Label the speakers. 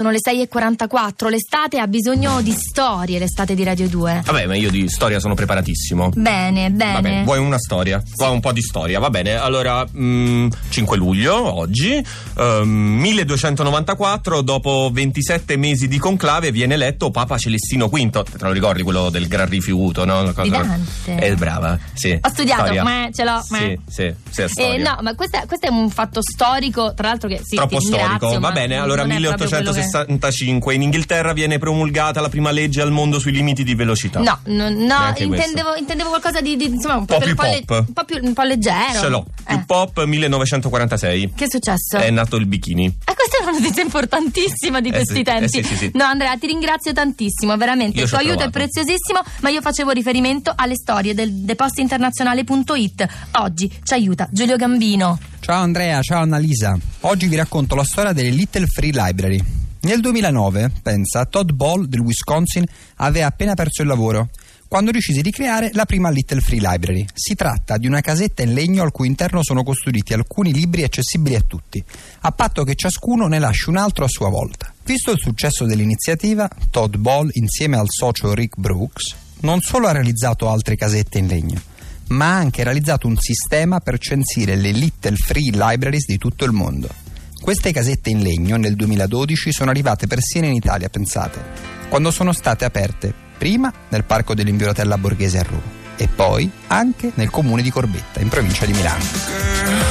Speaker 1: Sono le 6.44, l'estate ha bisogno di storie, l'estate di Radio 2.
Speaker 2: Vabbè, ma io di storia sono preparatissimo.
Speaker 1: Bene,
Speaker 2: Va bene,
Speaker 1: bene.
Speaker 2: vuoi una storia? Qua un po' di storia, va bene. Allora, mm, 5 luglio, oggi, ehm, 1294, dopo 27 mesi di conclave, viene eletto Papa Celestino V. Te lo ricordi quello del gran rifiuto, no? Una
Speaker 1: Di Dante.
Speaker 2: Eh, brava, sì.
Speaker 1: Ho studiato,
Speaker 2: Storia.
Speaker 1: ma ce l'ho, ma-
Speaker 2: Sì, sì, sì, è
Speaker 1: Eh,
Speaker 2: storia.
Speaker 1: no, ma questa- questo è un fatto storico, tra l'altro che sì,
Speaker 2: Troppo
Speaker 1: ti ringrazio,
Speaker 2: storico, va
Speaker 1: ma
Speaker 2: bene. Allora,
Speaker 1: non è proprio quello che-
Speaker 2: 1865 in Inghilterra viene promulgata la prima legge al mondo sui limiti di velocità.
Speaker 1: No, no, no
Speaker 2: Neanche questo.
Speaker 1: intendevo, intendevo qualcosa di, di, insomma un
Speaker 2: po'
Speaker 1: per-
Speaker 2: più
Speaker 1: le-
Speaker 2: pop.
Speaker 1: un po' più- un po' leggero.
Speaker 2: Ce l'ho.
Speaker 1: Eh,
Speaker 2: Più pop 1946.
Speaker 1: Che è successo?
Speaker 2: È nato il bikini.
Speaker 1: Eh, questa è una notizia importantissima di
Speaker 2: Eh,
Speaker 1: questi
Speaker 2: sì, eh,
Speaker 1: tempi.
Speaker 2: sì, sì, sì.
Speaker 1: No, Andrea, ti ringrazio tantissimo, veramente.
Speaker 2: Io
Speaker 1: Il
Speaker 2: ci
Speaker 1: tuo
Speaker 2: ho
Speaker 1: aiuto è
Speaker 2: provato.
Speaker 1: preziosissimo, ma io facevo riferimento alle storie del depostinternazionale.it. Oggi ci aiuta Giulio Gambino.
Speaker 3: Ciao Andrea, ciao Annalisa. Oggi vi racconto la storia delle Little Free Library. Nel 2009, pensa, Todd Ball del Wisconsin aveva appena perso il lavoro quando decise di creare la prima Little Free Library. Si tratta di una casetta in legno al cui interno sono costruiti alcuni libri accessibili a tutti, a patto che ciascuno ne lasci un altro a sua volta. Visto il successo dell'iniziativa, Todd Ball, insieme al socio Rick Brooks, non solo ha realizzato altre casette in legno, ma ha anche realizzato un sistema per censire le Little Free Libraries di tutto il mondo. Queste casette in legno nel 2012 sono arrivate persino in Italia, pensate, quando sono state aperte prima nel parco dell'Inviolatella Borghese a Roma e poi anche nel comune di Corbetta, in provincia di Milano.
Speaker 4: girl.